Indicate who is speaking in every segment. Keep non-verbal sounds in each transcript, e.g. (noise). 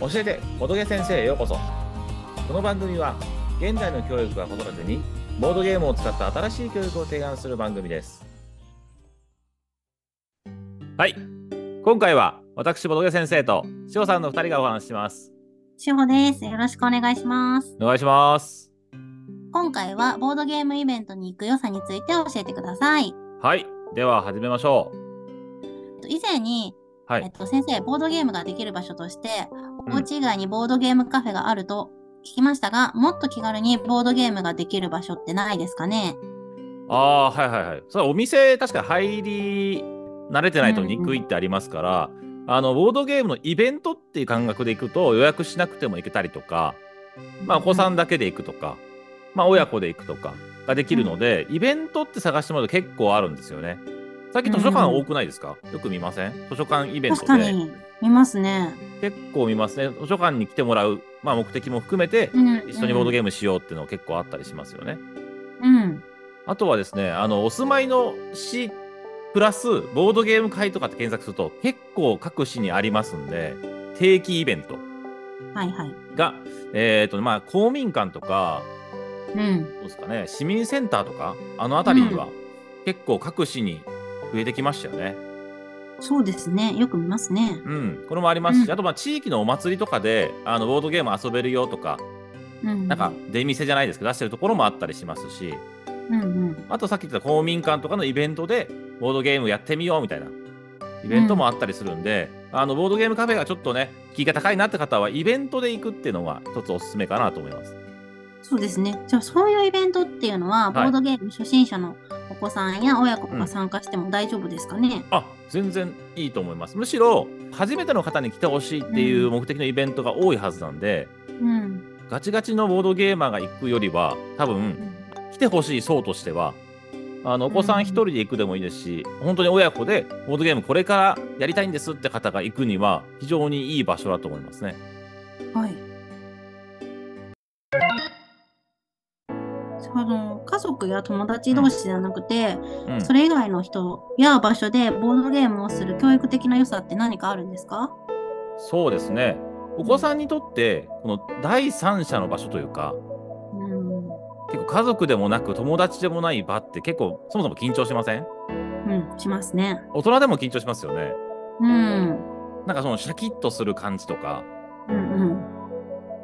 Speaker 1: 教えてボドゲ先生へようこそこの番組は現代の教育が子育てにボードゲームを使った新しい教育を提案する番組ですはい今回は私ボドゲ先生としおさんの2人がお話しします
Speaker 2: しほです。よろしくお願いします。
Speaker 1: お願いします
Speaker 2: 今回はボードゲームイベントに行く良さについて教えてください。
Speaker 1: はいでは始めましょう
Speaker 2: えっと以前に、
Speaker 1: はい
Speaker 2: えっと、先生、ボードゲームができる場所として、
Speaker 1: うん
Speaker 2: お家以外にボードゲームカフェがあると聞きましたが、もっと気軽にボードゲームができる場所ってないですかね
Speaker 1: ああーはいはいはいそれお店確か入り慣れてないと憎いってありますから、あのボードゲームのイベントっていう感覚で行くと予約しなくても行けたりとかまあ、お子さんだけで行くとか、まあ、親子で行くとかができるので、イベントって探してもらうと結構あるんですよね。最近図書館多くないですか、よく見ません図書館イベント
Speaker 2: 確か
Speaker 1: で
Speaker 2: に、いますね。
Speaker 1: 結構見ますね。図書館に来てもらう、まあ、目的も含めて、一緒にボード
Speaker 2: ゲ
Speaker 1: ゲームしようっていうの結構あったりしますよね。
Speaker 2: ーム。うん。
Speaker 1: あとはですね、あの、お住まいの市プラスボードゲーム会とかって検索すると結構各市にありますんで、定期イベント
Speaker 2: はいはい。
Speaker 1: が、えっ、と、まあ、公民館とか、
Speaker 2: うん。
Speaker 1: どうですかね、市民センターとか、あの辺りには、結構各市に増えてきましたよね。
Speaker 2: そうですね。よく見ますね。
Speaker 1: うん、これもありますし、
Speaker 2: うん
Speaker 1: あとまあ地域のお祭りとかで、あのボードゲーム遊べるよとか、
Speaker 2: うん。
Speaker 1: なんか、出店じゃないですけど、出してるところもあったりしますし、
Speaker 2: うんうん。
Speaker 1: あとさっき言った公民館とかのイベントで、ボードゲームやってみようみたいな。イベントもあったりするんで、あのボードゲームカフェがちょっとね、気が高いなって方は、イベントで行くっていうのが一つおすすめかなと思います。
Speaker 2: そうですね。じゃあそういうイベントっていうのは、ボードゲーム初心者のお子さんや親子が参加しても大丈夫ですかね。
Speaker 1: あ全然いいと思いますむしろ初めての方に来てほしいっていう
Speaker 2: うん
Speaker 1: 目的のイベントが多いはずなんで、
Speaker 2: うん。
Speaker 1: ガチガチのボードゲーマーが行くよりは多分来てほしい層としてはあのお子さん一人で行くでもいいですし、本当に親子でボードゲームこれからやりたいんですって方が行くには非常にいい場所だと思いますね。
Speaker 2: はい。あの家族や友達同士じゃなくて、
Speaker 1: うん、
Speaker 2: それ以外の人や場所でボードゲームをする教育的な良さって何かあるんですか
Speaker 1: そうですねお子さんにとってこの第三者の場所というか
Speaker 2: うん、
Speaker 1: 結構家族でもなく友達でもない場って結構そもそも緊張しません
Speaker 2: うん、しますね。
Speaker 1: 大人でも緊張しますよね。
Speaker 2: うん、
Speaker 1: なんかそのシャキッとする感じとか、
Speaker 2: うん、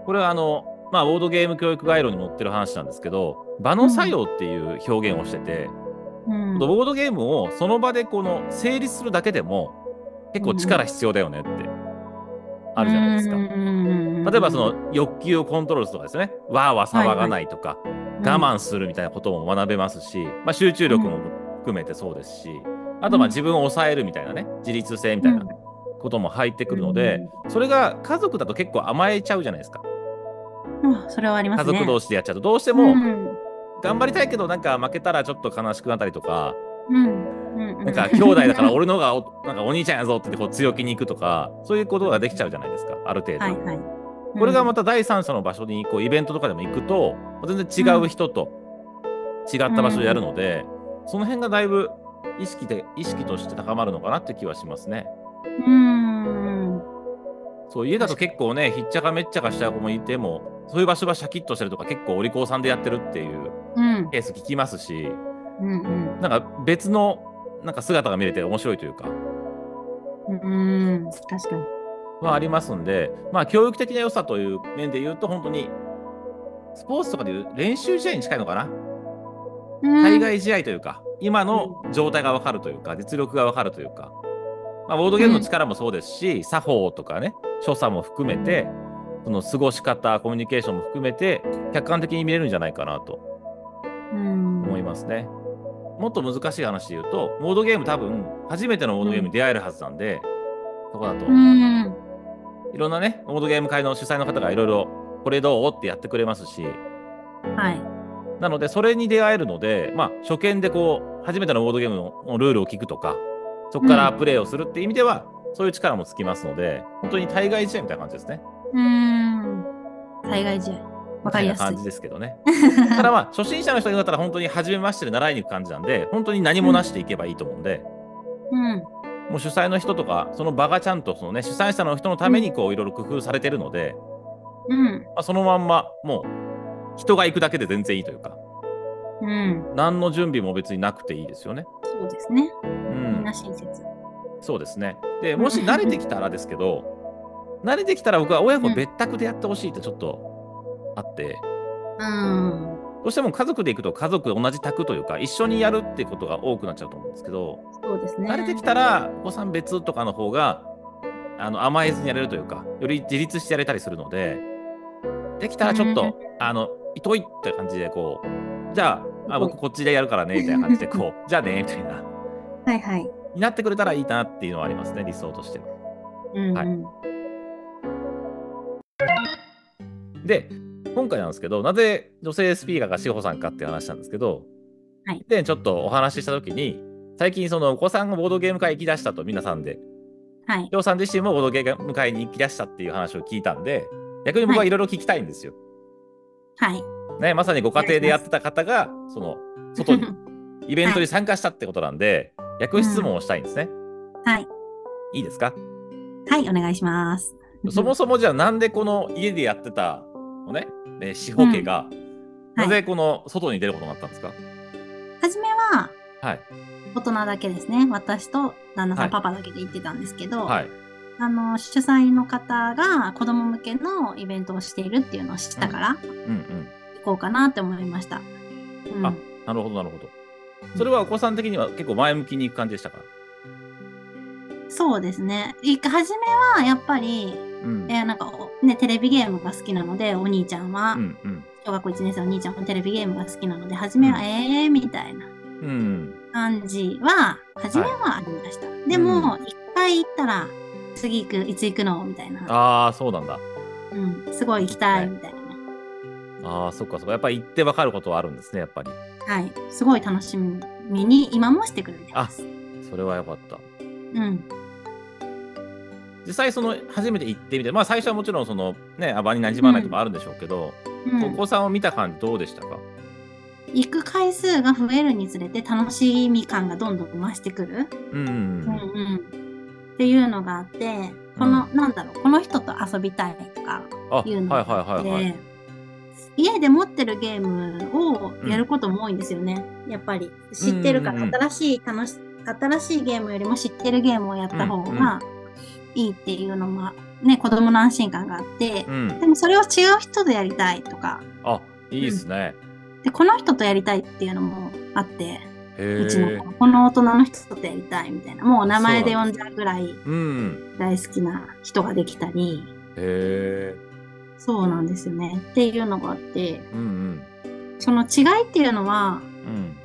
Speaker 1: これはあの、まあ、ボードゲーム教育概論に載ってる話なんですけど、場の作用っていう表現をしてて、
Speaker 2: うん。うん、
Speaker 1: ボードゲームをその場でこの成立するだけでも、結構力必要だよねって、あるじゃないですか。
Speaker 2: か
Speaker 1: 例えばその欲求をコントロールするとかですね、わーわー騒がないとか、我慢するみたいなことも学べますし、まあ、集中力も含めてそうですし、あとまあ自分を抑えるみたいなね、自立性みたいなことも入ってくるので、それが家族だと結構甘えちゃうじゃないですか。
Speaker 2: うん、うんそれはありま
Speaker 1: 家
Speaker 2: すね。
Speaker 1: 族同
Speaker 2: 士
Speaker 1: 士でやっちゃうと。どうして
Speaker 2: で
Speaker 1: も
Speaker 2: うん、
Speaker 1: 頑張りたいけど、なんか負けたらちょっと悲しくなったりとか、
Speaker 2: うん、うんう
Speaker 1: なんか兄弟だから俺の方がお、なんかお兄ちゃんやぞってこう強気に行くとか、そういうことができちゃうじゃないですか、ある程度。
Speaker 2: はいはい。
Speaker 1: これがま
Speaker 2: た、
Speaker 1: た第三者の場所にこうイベントとかでも行くと、全然違う人と違った場所でやるので、その辺がだいぶ意識で、意識として高まるのかなって気はしますね。
Speaker 2: うん、
Speaker 1: そう家だと結構ねひっちゃかめっちゃかしちゃう子もいてもそういう場所はシャキッとしてるとか結構お利口さんでやってるっていう
Speaker 2: うん、
Speaker 1: ケース聞きますし
Speaker 2: うん、
Speaker 1: なんか別のなんか姿が見れて面白いというか
Speaker 2: うん、うん、確かに。
Speaker 1: はありますんでまあ教育的な良さという面で言うと本当にスポーツとかでいう練習試合に近いのかな対外試合というか今の状態が分かるというか実力が分かるというか、まあ、ボードゲームの力もそうですし作法とかね所作も含めてその過ごし方コミュニケーションも含めて客観的に見れるんじゃないかなと
Speaker 2: うん、
Speaker 1: 思いますね。もっと難しい話で言うとボードゲーム多分初めてのボードゲームに出会えるはずなんで、そこだと
Speaker 2: うん、
Speaker 1: いろんなねボードゲーム会の主催の方がいろいろこれどうってやってくれますし
Speaker 2: はい。
Speaker 1: なのでそれに出会えるので、まあ、初見でこう初めてのボードゲームのルールを聞くとかそこからプレーをするって意味では、そういう力もつきますので本当に対外試合みたいな感じですね。
Speaker 2: うん、対外試合。わかりやす
Speaker 1: みたいな感
Speaker 2: い
Speaker 1: じ。ですけどね。ただまあ初心者の人だったら本当に初めましてで習いに行く感じなんで本当に何もなしていけばいいと思うんで、
Speaker 2: うん、
Speaker 1: まもう主催の人とかその場がちゃんとその、ね、主催者の人のためにこういろいろ工夫されてるので、
Speaker 2: うん。
Speaker 1: まあ、そのまんまもう人が行くだけで全然いいというか
Speaker 2: うん。
Speaker 1: 何の準備も別になくていいですよね。
Speaker 2: そうですね。
Speaker 1: う
Speaker 2: みん
Speaker 1: ん
Speaker 2: な、親切。
Speaker 1: そうですねでもし慣れてきたらですけど慣れてきたら僕は親子別宅でやってほしいってちょっとあって。
Speaker 2: うん。
Speaker 1: どうしても家族で行くと家族同じ宅というか一緒にやるってことが多くなっちゃうと思うんですけど、
Speaker 2: そうですね。
Speaker 1: 慣れてきたらお子さん別とかの方があの甘えずにやれるというかより自立してやれたりするのでできたらちょっと、
Speaker 2: うん
Speaker 1: あのいといって感じでこうじゃああ僕こっちでやるからねみたいな感じでこうじゃあねみたいな
Speaker 2: はいはい。
Speaker 1: になってくれたらいいなっていうのはありますね理想としては。
Speaker 2: うん、
Speaker 1: は
Speaker 2: う
Speaker 1: い
Speaker 2: ん。
Speaker 1: で今回なんですけどなぜ女性スピーカーが志保さんかっていう話なんですけど、
Speaker 2: はい
Speaker 1: でちょっとお話しした時に最近そのお子さんがボードゲーム会行き出したと皆さんで
Speaker 2: はい。
Speaker 1: 志保さん自身もボードゲーム会に行き出したっていう話を聞いたんで逆に僕はいろいろ聞きたいんですよ。
Speaker 2: はい。
Speaker 1: ね、まさにご家庭でやってた方がその外にイベントに参加したってことなんで、逆質問をしたいんですね。
Speaker 2: はい。
Speaker 1: いいですか
Speaker 2: はい、お願いします。
Speaker 1: そもそもじゃあなんでこの家でやってたのね、ね志保家が、
Speaker 2: はい
Speaker 1: なぜこの外に出ることになったんですか、
Speaker 2: 初めは、
Speaker 1: はい
Speaker 2: 大人だけですね。私と旦那さん、
Speaker 1: はい
Speaker 2: パパだけで行ってたんですけど、
Speaker 1: はい。
Speaker 2: あの、主催の方が子供向けのイベントをしているっていうのを知ったから、
Speaker 1: うんうん。
Speaker 2: 行こうかなって思いました。うん、
Speaker 1: あなるほど、なるほど。それはお子さん的には結構前向きに行く感じでしたか
Speaker 2: そうですね。い初めは、やっぱり、
Speaker 1: うん。
Speaker 2: えーなんか、おね、テレビゲームが好きなので、お兄ちゃんは、
Speaker 1: うんうん。
Speaker 2: 小学校1年生のお兄ちゃんもテレビゲームが好きなので、初めは、
Speaker 1: うん
Speaker 2: えー、みたいな
Speaker 1: うん。
Speaker 2: 感じは、初めはありました。でも、一、回行ったら、次行く、いつ行くのみたいな。
Speaker 1: ああ、そうなんだ。
Speaker 2: うん、すごい行きたい
Speaker 1: ね
Speaker 2: みたいな。
Speaker 1: ああ、そっかそっか。やっぱり行ってわかることはあるんですね、やっぱり。
Speaker 2: はい、すごい楽しみに今もしてくれてます。
Speaker 1: それはよかった。
Speaker 2: うん、
Speaker 1: 実際、その、初めて行ってみて、まあ、最初はもちろん、その、ね、あ場に馴染まないとかあるんでしょうけど、
Speaker 2: う
Speaker 1: お
Speaker 2: ん。
Speaker 1: 子さんを見た感じどうでしたか
Speaker 2: 行く回数が増えるにつれて楽しみ感がどんどん増してくる。
Speaker 1: うんう
Speaker 2: うんんうん。っていうのがあって、この、なんだろう、この人と遊びたいとかいう
Speaker 1: うん。
Speaker 2: の
Speaker 1: あ、はい
Speaker 2: が
Speaker 1: は
Speaker 2: あっ
Speaker 1: い
Speaker 2: て、
Speaker 1: はいはい。
Speaker 2: 家で持ってるゲームをやることも多いんですよね。やっぱり知ってるか
Speaker 1: うん
Speaker 2: ら
Speaker 1: うんうん
Speaker 2: 新しい楽し新しいゲームよりも知ってるゲームをやった方がいいっていうのもね子供の安心感があって
Speaker 1: う、
Speaker 2: で
Speaker 1: ん。
Speaker 2: もそれを違う人とやりたいとか
Speaker 1: あ、いいですね。
Speaker 2: でこの人とやりたいっていうのもあってう
Speaker 1: へ
Speaker 2: ち
Speaker 1: え
Speaker 2: の。子この大人の人とやりたいみたいなもう名前で呼んじゃうぐらい
Speaker 1: うん。
Speaker 2: 大好きな人ができたり
Speaker 1: へえ。
Speaker 2: そうなんですよねっていうのがあって
Speaker 1: うん
Speaker 2: その違いっていうのは
Speaker 1: うん。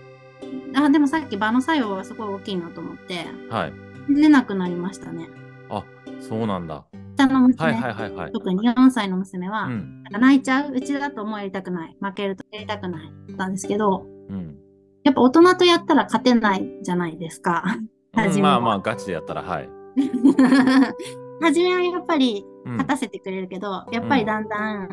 Speaker 2: あでもさっき場の作用はすごい大きいなと思って
Speaker 1: うん。はい。
Speaker 2: 出なくなりましたね。
Speaker 1: あ、そうなんだ。
Speaker 2: 下の娘、
Speaker 1: はいはいはいはい。
Speaker 2: 特に4歳の娘は、
Speaker 1: うん。
Speaker 2: なんか泣いちゃううちだともうやりたくない負けるとやりたくないだったんですけど
Speaker 1: うん。
Speaker 2: やっぱ大人とやったら勝てないじゃないですか。 (laughs) 初めは
Speaker 1: まあまあ、ガチでやったら、はい。
Speaker 2: 初めはやっぱり
Speaker 1: うん
Speaker 2: 勝たせてくれるけど、やっぱりだんだん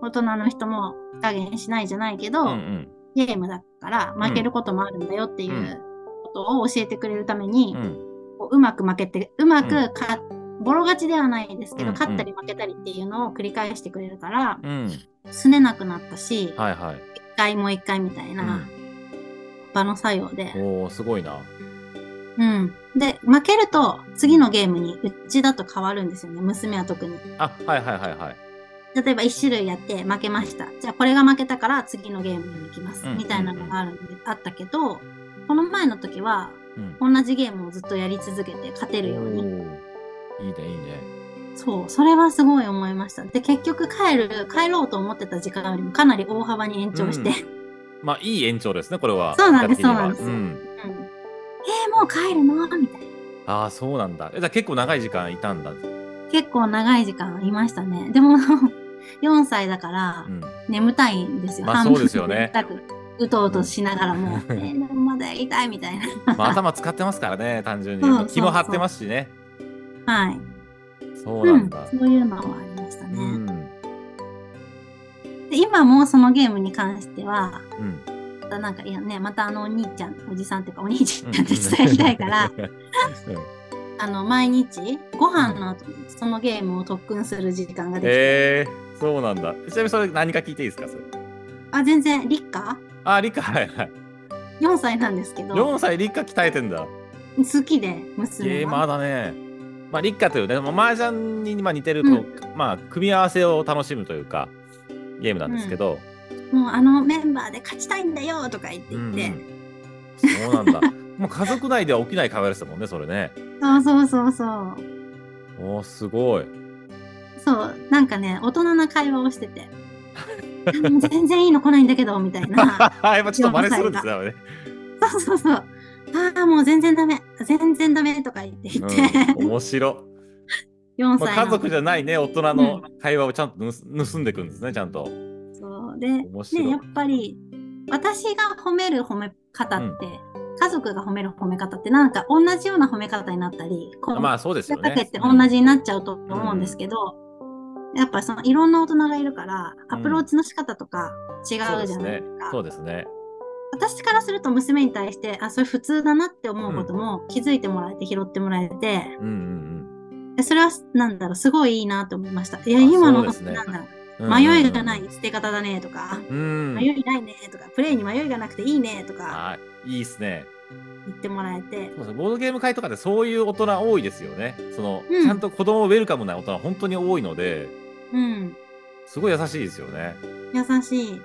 Speaker 2: 大人の人も手加減しないじゃないけど、
Speaker 1: うん
Speaker 2: ゲームだから負けることもあるんだよっていううんことを教えてくれるために、
Speaker 1: うん。うん。
Speaker 2: こううまく負けてうまくか、ボロ勝ちではないですけ
Speaker 1: うんう
Speaker 2: ど、
Speaker 1: ん
Speaker 2: 勝ったり負けたりっていうのを繰り返してくれるから
Speaker 1: うん。
Speaker 2: 拗ねなくなったし、
Speaker 1: はいはい。
Speaker 2: 一回もう一回みたいな場の作用で、
Speaker 1: おお、すごいな。
Speaker 2: うん、で負けると次のゲームにうちだと変わるんですよね娘は特に
Speaker 1: あ、はいはいはいはい。
Speaker 2: 例えば1種類やって負けましたじゃあこれが負けたから次のゲームに行きます、
Speaker 1: うん
Speaker 2: みたいなのがあるんであったけどこの前の時は
Speaker 1: うん。
Speaker 2: 同じゲームをずっとやり続けて勝てるように
Speaker 1: おーいいねいいね。
Speaker 2: そう、それはすごい思いました。で、結局帰る、帰ろうと思ってた時間よりもかなり大幅に延長して、
Speaker 1: う
Speaker 2: うんん
Speaker 1: まあ、いい延長ですね、これは。
Speaker 2: (laughs) そうなんです
Speaker 1: やってみれば
Speaker 2: そうなん
Speaker 1: ん
Speaker 2: えー、もう帰るのみたいな。
Speaker 1: ああ、そうなんだ。えじゃあ結構長い時間いたんだ。
Speaker 2: 結構長い時間いましたね。でも、4歳だから
Speaker 1: うん。
Speaker 2: 眠たいんですよ。
Speaker 1: まあ
Speaker 2: 半分
Speaker 1: そうですよね
Speaker 2: 眠たくうとうとしながらもう、えー、でもまだやりたいみたいな。
Speaker 1: まあ、頭使ってますからね、単純に。
Speaker 2: うん
Speaker 1: 気も張ってますしね。
Speaker 2: はい。
Speaker 1: そう
Speaker 2: う
Speaker 1: なん
Speaker 2: ん
Speaker 1: だ。、
Speaker 2: そういうのはありました
Speaker 1: う
Speaker 2: ね。
Speaker 1: ん。
Speaker 2: で今もそのゲームに関しては、
Speaker 1: うん。
Speaker 2: また (laughs) なんか、いやね、またあのお兄ちゃん、おじさんっていうかお兄ちゃんって伝えたいから、
Speaker 1: うん。
Speaker 2: あの毎日ご飯の後にそのゲームを特訓する時間ができて、
Speaker 1: (laughs) えー、そうなんだ。ちなみにそれ何か聞いていいですかそれ
Speaker 2: あ全然立夏
Speaker 1: あ、理科、はいはい。
Speaker 2: 4歳なんですけど
Speaker 1: 4歳理科鍛えてんだ。
Speaker 2: 好きで
Speaker 1: ゲ
Speaker 2: 娘
Speaker 1: ーマ
Speaker 2: は
Speaker 1: ーだね。まあ、立夏というね、まあ、麻雀にまあ似てると、まあ、組み合わせを楽しむというか、ゲームなんですけど。
Speaker 2: もうあのメンバーで勝ちたいんだよとか言って言って、
Speaker 1: うんそうなんだ。
Speaker 2: (laughs)
Speaker 1: もう家族内では起きない会話ですもんね、それね。
Speaker 2: そうそうそうそう
Speaker 1: おお、すごい。
Speaker 2: そうなんかね大人な会話をしててあの全然いいの来ないんだけどみた
Speaker 1: (laughs)
Speaker 2: いな
Speaker 1: やっぱちょっと真似するんですねあれね。
Speaker 2: そうそうそうああもう全然ダメ全然ダメとか言って言って、
Speaker 1: うん、面
Speaker 2: (laughs)
Speaker 1: 白。
Speaker 2: 4
Speaker 1: まあ、
Speaker 2: 歳
Speaker 1: 家
Speaker 2: の
Speaker 1: 族じゃないね、大人の会話をちゃんと盗盗んでいくんですね、ちゃんと。
Speaker 2: そうで、
Speaker 1: 面白い
Speaker 2: ね、やっぱり私が褒める褒め方って、家族が褒める褒め方ってなんか同じような褒め方になったり、こう、
Speaker 1: まあ、そうですよ
Speaker 2: かけ
Speaker 1: ね
Speaker 2: っ。て同じになっちゃうと思うんですけど、やっぱそのいろんな大人がいるから、アプローチの仕方とか違
Speaker 1: うんそう
Speaker 2: う
Speaker 1: で
Speaker 2: じゃ
Speaker 1: す
Speaker 2: ない
Speaker 1: ね
Speaker 2: ですか。。
Speaker 1: そうですね。
Speaker 2: 私からすると娘に対して、あ、それ普通だなって思うことも気づいてもらえて拾ってもらえて、
Speaker 1: うんうん
Speaker 2: でそれはなんだろう、すごいいいなと思いました。いや、
Speaker 1: あ
Speaker 2: 今の
Speaker 1: そうですね
Speaker 2: なんだろう、
Speaker 1: うん。
Speaker 2: 迷いがない。捨て方だねとか、
Speaker 1: うん。
Speaker 2: 迷いないねとか、プレイに迷いがなくていいねとか
Speaker 1: あいいですね。
Speaker 2: 言ってもらえて
Speaker 1: そ、うですねボードゲーム会とかでそういう大人多いですよね。その、
Speaker 2: うん
Speaker 1: ちゃんと子供をウェルカムな大人本当に多いので、
Speaker 2: うん、
Speaker 1: すごい優しいですよね。
Speaker 2: 優しい。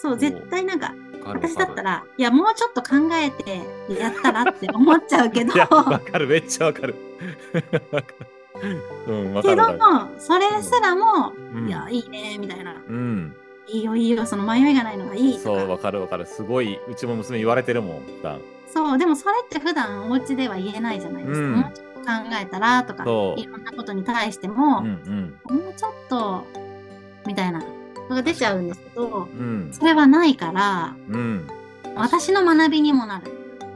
Speaker 2: そうう、絶対なんか、
Speaker 1: わかるわ
Speaker 2: 私
Speaker 1: か
Speaker 2: だ
Speaker 1: る
Speaker 2: ったら、いや、もうちょっと考えてやったらって思っちゃうけど、
Speaker 1: (laughs) いや、わかる、めっちゃわかる。 (laughs) わかるうん、わか
Speaker 2: け
Speaker 1: るわ
Speaker 2: ど
Speaker 1: かる。
Speaker 2: も、それすらも、
Speaker 1: うん
Speaker 2: いや、いいね、みたいな。
Speaker 1: うん、
Speaker 2: いいよ、いいよ、その迷いがないのがいい
Speaker 1: そ
Speaker 2: と
Speaker 1: う、
Speaker 2: か。
Speaker 1: わかるわかる。すごい、うちも娘言われてるもん、普段。
Speaker 2: そう、でもそれって普段お家では言えないじゃないですか。
Speaker 1: うん
Speaker 2: もうちょっと考えたらとか、
Speaker 1: そう
Speaker 2: いろんなことに対して
Speaker 1: う
Speaker 2: も、
Speaker 1: ん
Speaker 2: もうちょっと、みたいなのが出ちゃうんですけど、
Speaker 1: うん。うん。
Speaker 2: それはないから、
Speaker 1: うん。
Speaker 2: 私の学びにもなる。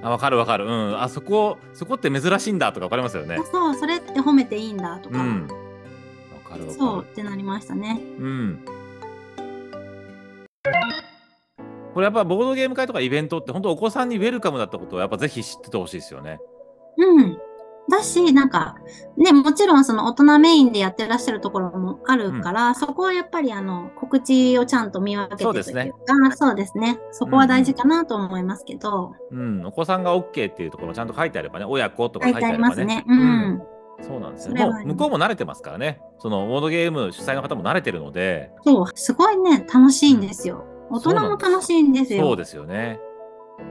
Speaker 1: あ、わかるわかる。うん。あそこ、そこって珍しいんだとかわかりますよね。
Speaker 2: そう、それって褒めていいんだと
Speaker 1: う
Speaker 2: か、
Speaker 1: ん。わかるわ
Speaker 2: そ
Speaker 1: か
Speaker 2: うってなりましたね。
Speaker 1: る。うん。これやっぱボードゲーム会とかイベントって本当お子さんにウェルカムだったことをやっぱぜひ知っててほしいですよね。
Speaker 2: うん。だし、なんか、ね、もちろんその大人メインでやってらっしゃるところもあるから、そこはやっぱりあの、告知をちゃんと見分けて
Speaker 1: そ
Speaker 2: と
Speaker 1: うで
Speaker 2: いう
Speaker 1: すね
Speaker 2: か、そうですね。そこは大事かなと思いますけど、
Speaker 1: うん。お子さんが OK っていうところちゃんと書いてあればね、親子とか
Speaker 2: 書
Speaker 1: 書い
Speaker 2: い
Speaker 1: て
Speaker 2: てあ
Speaker 1: あ
Speaker 2: り
Speaker 1: れば
Speaker 2: ま
Speaker 1: ね。
Speaker 2: すね。うん。
Speaker 1: そうなんですよ。
Speaker 2: それは
Speaker 1: もう向こうも慣れてますからね。そのボードゲーム主催の方も慣れてるので、
Speaker 2: そう、すごいね、楽しいんですよ。大人も楽しいんですよ。
Speaker 1: そうですよね。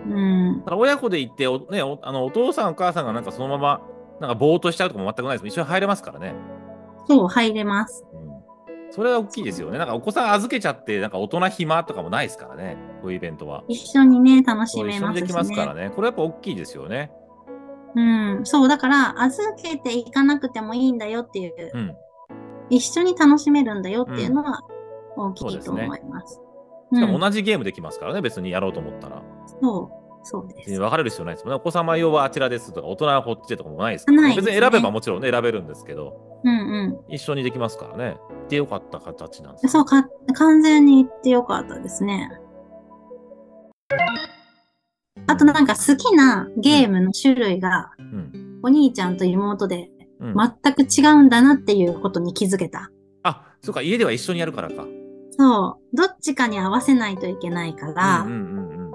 Speaker 2: うん
Speaker 1: だ。から親子で行ってお,、ね、おあのお父さんお母さんがなんかそのままなんかぼーっとしちゃうとかも全くないです一緒に入れますからね、
Speaker 2: そう、入れます。
Speaker 1: うん、それは大きいですよねなんかお子さん預けちゃってなんか大人暇とかもないですからねこういうイベントは
Speaker 2: 一緒にね、楽し
Speaker 1: そう
Speaker 2: め
Speaker 1: 一緒
Speaker 2: ま
Speaker 1: に
Speaker 2: す
Speaker 1: で
Speaker 2: し
Speaker 1: きます
Speaker 2: ね。
Speaker 1: からねこれやっぱ大きいですよね
Speaker 2: うん。そう、だから、預けていかなくてもいいんだよっていう、
Speaker 1: うん
Speaker 2: 一緒に楽しめるんだよっていうのは大き
Speaker 1: そう
Speaker 2: い
Speaker 1: です
Speaker 2: と
Speaker 1: ね
Speaker 2: 思います。
Speaker 1: しか
Speaker 2: う
Speaker 1: も
Speaker 2: ん
Speaker 1: 同じゲームできますからね別にやろうと思ったら
Speaker 2: そう、そうで
Speaker 1: 別に
Speaker 2: す。
Speaker 1: 分かれる必要ないですもんねお子様用はあちらですとか大人はこっちでとかもないです
Speaker 2: ないですね
Speaker 1: 別に選べばもちろんね選べるんですけど
Speaker 2: うんう
Speaker 1: 一緒にできますからね行ってよかった形なんです
Speaker 2: ん。
Speaker 1: ね
Speaker 2: そうか、完全に言ってよかったですね。あとなんか好きなゲームの種類が、
Speaker 1: うん
Speaker 2: お兄ちゃんと妹で
Speaker 1: うん
Speaker 2: 全く違うんだなっていうことに気づけた。
Speaker 1: あそうか家では一緒にやるからか
Speaker 2: そう。どっちかに合わせないといけないから、
Speaker 1: うんうんうん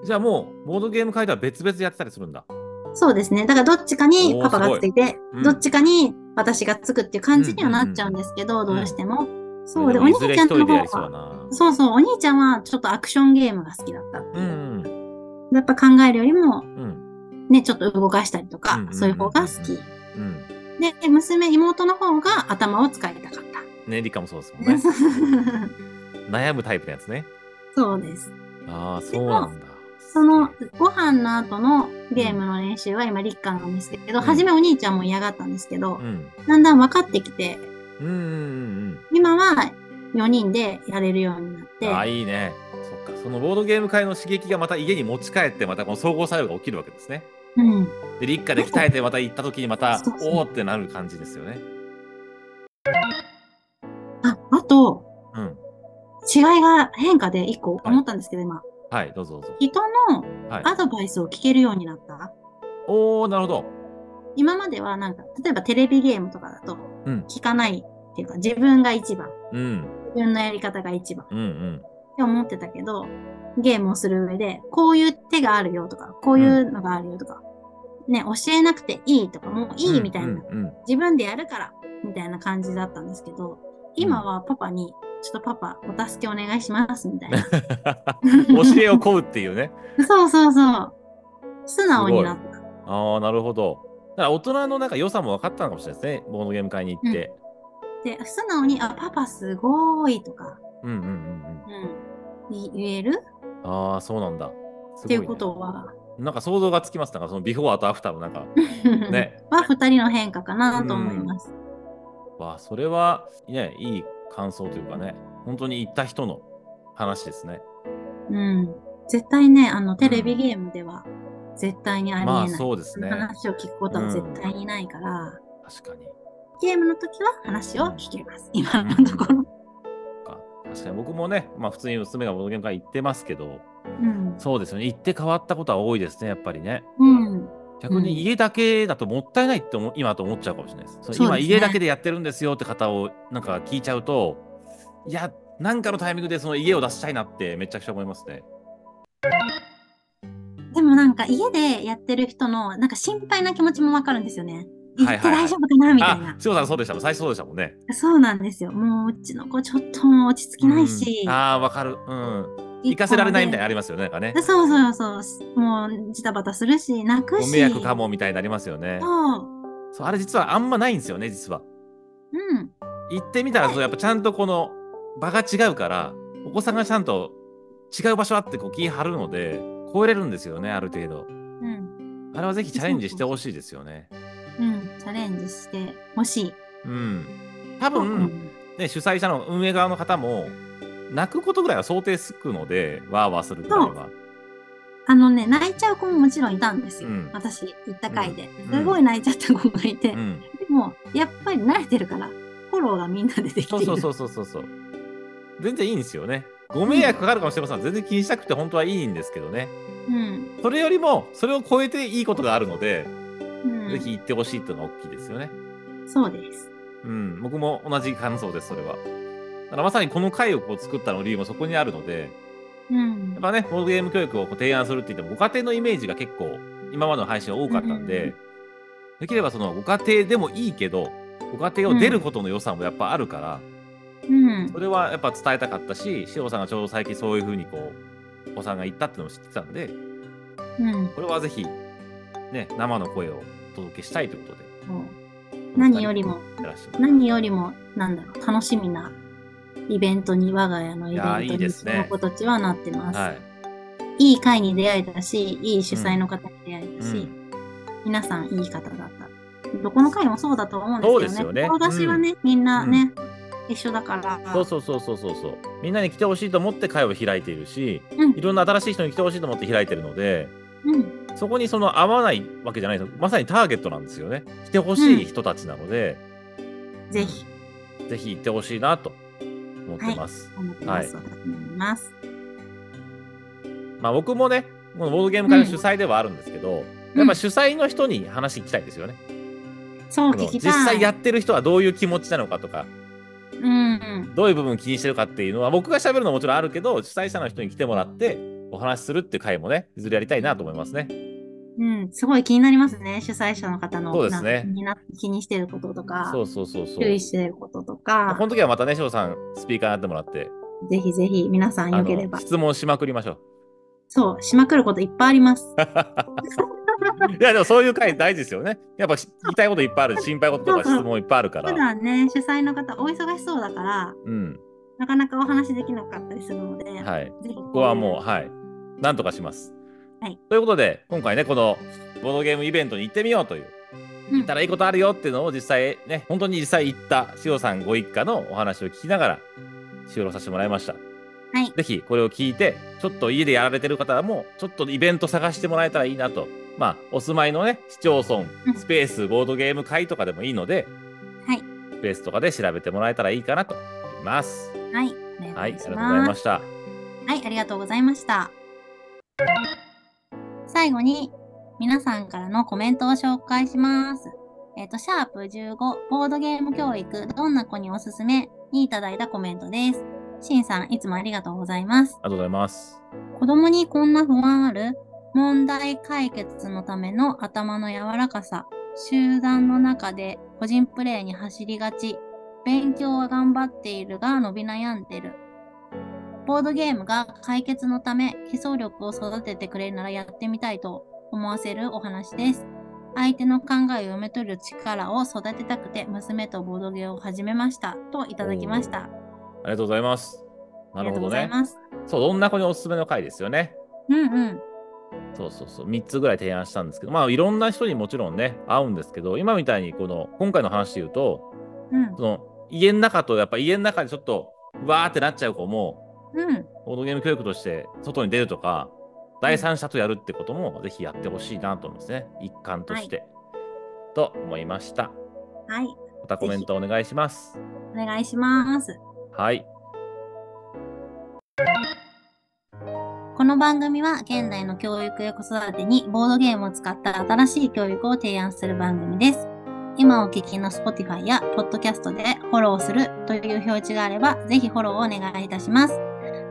Speaker 1: うん、じゃあもうボードゲーム会では別々やってたりするんだ。
Speaker 2: そうですね。だからどっちかにパパがついて、
Speaker 1: ごいうん
Speaker 2: どっちかに私がつくっていう感じにはなっちゃうんですけど、
Speaker 1: んうん
Speaker 2: どうしても。そうで、お
Speaker 1: もい
Speaker 2: 兄
Speaker 1: ずれ一
Speaker 2: ちゃんの
Speaker 1: 人で
Speaker 2: 方
Speaker 1: やりそうだ
Speaker 2: は、
Speaker 1: な。
Speaker 2: そうそう、お兄ちゃんはちょっとアクションゲームが好きだったって
Speaker 1: う
Speaker 2: いう。
Speaker 1: んうん
Speaker 2: やっぱ考えるよりも、
Speaker 1: うん
Speaker 2: ね、ちょっと動かしたりとか、
Speaker 1: うんうんうん
Speaker 2: そういう方が好き。
Speaker 1: うん。
Speaker 2: で、娘、妹の方が頭を使いたかった。
Speaker 1: ね理科もそうですもんね。悩むタイプのやつね。
Speaker 2: (laughs) そうです。
Speaker 1: ああそうなんだ。
Speaker 2: その、ご飯の後のゲームの練習は今、立夏なんですけど、初めお兄ちゃんも嫌がったんですけど
Speaker 1: う、ん
Speaker 2: だんだん分かってきて、
Speaker 1: うんうんうん
Speaker 2: 今は4人でやれるようになっ
Speaker 1: う
Speaker 2: て
Speaker 1: ん。あ、いいね。そっかそのボードゲーム会の刺激がまた家に持ち帰ってまたこの総合作用が起きるわけですね。
Speaker 2: うん、
Speaker 1: で立夏で鍛えてまた行った時にまた
Speaker 2: そうそう
Speaker 1: おおってなる感じですよね。
Speaker 2: ああと
Speaker 1: うん
Speaker 2: 違いが変化で1個思ったんですけど、今
Speaker 1: はいどうぞどうぞ。
Speaker 2: 人の
Speaker 1: はい。
Speaker 2: アドバイスを聞けるようになった、
Speaker 1: おおなるほど。
Speaker 2: 今まではなんか、例えばテレビゲームとかだと
Speaker 1: うん、
Speaker 2: 聞かないっていうか、自分が一番、
Speaker 1: うん、
Speaker 2: 自分のやり方が一番っ
Speaker 1: うん、うん。
Speaker 2: て思ってたけど、ゲームをする上で、こういう手があるよとか、こういうのがあるよとか、ね、教えなくていいとか、もういいみたいな、
Speaker 1: うん、うん。 (laughs)
Speaker 2: 自分でやるからみたいな感じだったんですけど、今はパパに、ちょっとパパ、お助けお願いしますみ
Speaker 1: (laughs)
Speaker 2: たいな。
Speaker 1: 教えを請うっていうね。
Speaker 2: そうそうそう。素直になった。
Speaker 1: ああ、なるほど。だから大人のなんか良さも分かったのかもしれないですね。ボードゲーム会に行って。
Speaker 2: で、素直に、あ、パパすごーいとか、
Speaker 1: うん、うん、うん、
Speaker 2: うん、言える
Speaker 1: うん。ああ、そうなんだ。すごね
Speaker 2: っていうことは、
Speaker 1: なんか想像がつきます。なんかそのビフォーとアフターのなんか。ね
Speaker 2: (laughs) は二人の変化かなと思います。
Speaker 1: わあ、それは、ね、いい感想というかね。本当に行った人の話ですね。
Speaker 2: うん。絶対ね、あの、テレビゲームでは、絶対にありえない。
Speaker 1: まあそうですね
Speaker 2: 話を聞くことは絶対にないから、
Speaker 1: 確
Speaker 2: (laughs)
Speaker 1: かに。
Speaker 2: ゲームの時は話を聞けます。今のところ。
Speaker 1: か確かに僕もね、まあ普通に娘がボードゲーム会行ってますけど、
Speaker 2: うん。
Speaker 1: そうですよね。行って変わったことは多いですね、やっぱりね。
Speaker 2: うん。
Speaker 1: 逆
Speaker 2: うん
Speaker 1: に家だけだともったいないって思う今と思っちゃうかもしれないです。そう
Speaker 2: そう
Speaker 1: 今
Speaker 2: ですね
Speaker 1: 家だけでやってるんですよって方をなんか聞いちゃうと、いや、なんかのタイミングでその家を出したいなってめちゃくちゃ思いますね。
Speaker 2: でもなんか家でやってる人のなんか心配な気持ちもわかるんですよね。行
Speaker 1: は
Speaker 2: っ
Speaker 1: い
Speaker 2: て
Speaker 1: はいはい
Speaker 2: 大丈夫かなみたい
Speaker 1: あ
Speaker 2: な、。
Speaker 1: 千代さんそうでしたもん。最初そうでしたもんね。
Speaker 2: そうなんですよ。もううちの子ちょっともう落ち着きないし
Speaker 1: う。んああ、わかる。うん。行かせられないみたいなのありますよね。なんかね。
Speaker 2: な。そうそうそう。もうジタバタするし、泣く
Speaker 1: ご
Speaker 2: し。
Speaker 1: 迷惑かもみたいになりますよね。
Speaker 2: そう。
Speaker 1: そう、あれ実はあんまないんですよね、実は。
Speaker 2: うん。
Speaker 1: 行ってみたらそうやっぱちゃんとこの場が違うからお子さんがちゃんと違う場所あってこう気張るので超えれるんですよねある程度
Speaker 2: うん。
Speaker 1: あれはぜひチャレンジしてほしいですよね
Speaker 2: うん。チャレンジしてほしい。
Speaker 1: うん多
Speaker 2: う
Speaker 1: 分、
Speaker 2: ん
Speaker 1: ね、主催者の運営側の方も泣くことぐらいは想定つくのでわーわーするぐらいは
Speaker 2: あのね、泣いちゃう子ももちろんいたんですよ。
Speaker 1: うん
Speaker 2: 私、行った回で、
Speaker 1: うん
Speaker 2: すごい泣いちゃった子がいて。
Speaker 1: うん
Speaker 2: でも、やっぱり慣れてるから、フォローがみんなでできている。
Speaker 1: そうそうそうそうそうそう全然いいんですよねご迷惑かかるかもしれません全然気にしたくて本当はいいんですけどね
Speaker 2: うん。
Speaker 1: それよりもそれを超えていいことがあるので、
Speaker 2: うん。
Speaker 1: ぜひ行ってほしいっていうのが大きいですよね
Speaker 2: そうです。
Speaker 1: うん、僕も同じ感想です、それは。だからまさにこの回をこう作ったの理由もそこにあるので、
Speaker 2: うん
Speaker 1: やっ。ぱね、ボードゲーム教育をこう提案するって言っても、ご家庭のイメージが結構、今までの配信は多かったんで、
Speaker 2: うん
Speaker 1: できればそのご家庭でもいいけど、ご家庭を出ることの良さもやっぱあるから、
Speaker 2: うん
Speaker 1: そ。れはやっぱ伝えたかったし、しおさんがちょうど最近そういう風にこう、お子さんが言ったっていうのも知ってたんで、
Speaker 2: うん。
Speaker 1: これはぜひ、ね、生の声をお届けしたいということで。
Speaker 2: そう何よりも、
Speaker 1: やらせてもらいま
Speaker 2: 何よりも、なんだろう、楽しみなイベントに、我が家のイベン
Speaker 1: い
Speaker 2: ト
Speaker 1: やーいい
Speaker 2: に、
Speaker 1: ですね
Speaker 2: の子たちはなってます、
Speaker 1: すはい。
Speaker 2: い。い会に出会えたし、いい主催の方に出会えたし、
Speaker 1: うん
Speaker 2: 皆さんいい方だった。どこの会もそうだと思うんですけどね。
Speaker 1: そうですよね
Speaker 2: 顔出しはね、みんなね、一緒だから。
Speaker 1: そうそうそうそうそうそうみんなに来てほしいと思って会を開いているし、
Speaker 2: うん
Speaker 1: いろんな新しい人に来てほしいと思って開いてるので
Speaker 2: うん。
Speaker 1: そこにその合わないわけじゃないですまさにターゲットなんですよね来てほしい人たちなので、
Speaker 2: ぜひ、
Speaker 1: ぜひ行ってほしいなと思ってます、
Speaker 2: 思ってます。私も思います。
Speaker 1: まあ僕もねこのボードゲーム会の主催ではあるんですけど、
Speaker 2: うん
Speaker 1: やっぱ主催の人に話聞きたいですよね、
Speaker 2: そう、
Speaker 1: その
Speaker 2: 聞きた
Speaker 1: 実
Speaker 2: い。
Speaker 1: 際やってる人はどういう気持ちなのかとか
Speaker 2: うん。
Speaker 1: どういう部分気にしてるかっていうのは僕が喋るのももちろんあるけど主催者の人に来てもらってお話しするっていう会もねいずれやりたいなと思いますね
Speaker 2: うん、すごい気になりますね。主催者の方の
Speaker 1: そうですね
Speaker 2: なんか気にな気にしてることとか
Speaker 1: そ、うそうそうそう
Speaker 2: 注意してることと
Speaker 1: まあ
Speaker 2: か
Speaker 1: こ、の時はまたね、翔さん、スピーカーになってもらって、
Speaker 2: ぜひぜひ皆さん
Speaker 1: あ
Speaker 2: よければ
Speaker 1: の、質問しまくりましょ
Speaker 2: そう、しまくることいっぱいあ
Speaker 1: (laughs)
Speaker 2: ります。
Speaker 1: う。いや、でもそういう回大事ですよね。やっぱし聞きたいこといっぱいある、心配事とか
Speaker 2: そうそう
Speaker 1: 質問いっぱいあるか
Speaker 2: 普
Speaker 1: ら。
Speaker 2: 段ね、主催の方お忙しそうだから、
Speaker 1: うん。
Speaker 2: なかなかお話できなかったりするので、ぜ
Speaker 1: はい。
Speaker 2: ひこ
Speaker 1: ここはもう、はい。なんとかします。
Speaker 2: はい
Speaker 1: ということで、今回ね、このボードゲームイベントに行ってみようという、
Speaker 2: うん
Speaker 1: 行ったらいいことあるよっていうのを実際ね、本当に実際行ったしおさんご一家のお話を聞きながら収録させてもらいました。
Speaker 2: はい
Speaker 1: ぜひこれを聞いて、ちょっと家でやられてる方も、ちょっとイベント探してもらえたらいいなと。まあ、お住まいのね、市町村
Speaker 2: う、ん
Speaker 1: スペース、ボードゲーム会とかでもいいので、
Speaker 2: はい
Speaker 1: スペースとかで調べてもらえたらいいかなと思います。
Speaker 2: はい、お
Speaker 1: はい、
Speaker 2: 願
Speaker 1: あり
Speaker 2: い
Speaker 1: が
Speaker 2: し
Speaker 1: とうござい
Speaker 2: ま。
Speaker 1: ますした。
Speaker 2: はい、ありがとうございました。最後に、皆さんからのコメントを紹介します。えっ、と、シャープ15、ボードゲーム教育、どんな子におすすめにいただいたコメントです。しんさん、いつもありがとうございます。
Speaker 1: とうございます。
Speaker 2: 子供にこんな不安ある問題解決のための頭の柔らかさ。集団の中で個人プレーに走りがち。勉強は頑張っているが伸び悩んでる。ボードゲームが解決のため基礎力を育ててくれるならやってみたいと思わせるお話です。相手の考えを読み取る力を育てたくて娘とボードゲームを始めましたといただきました。
Speaker 1: ありがとうございます。なるほどね
Speaker 2: ありがとうござい。ます。
Speaker 1: そう、どんな子におすすめの回ですよね。
Speaker 2: うんうん。
Speaker 1: そうそうそう、3つぐらい提案したんですけど、まあ、いろんな人にもちろんね、合うんですけど、今みたいに、この、今回の話で言うと、
Speaker 2: うん
Speaker 1: そ。の、家の中と、やっぱ家の中でちょっと、わーってなっちゃう子も、
Speaker 2: うん。
Speaker 1: ボードゲーム教育として、外に出るとか、第三者とやるってことも、ぜひやってほしいなと思うんですね。一環として。と思いました。
Speaker 2: はい。
Speaker 1: またコメントお願いします。
Speaker 2: お願いします。
Speaker 1: はい。
Speaker 2: この番組は現代の教育や子育てにボードゲームを使った新しい教育を提案する番組です。今お聞きの Spotify や Podcast でフォローするという表示があれば、ぜひフォローをお願いいたします。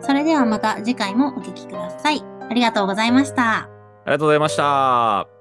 Speaker 2: それではまた次回もお聞きください。ありがとうございました。
Speaker 1: ありがとうございました。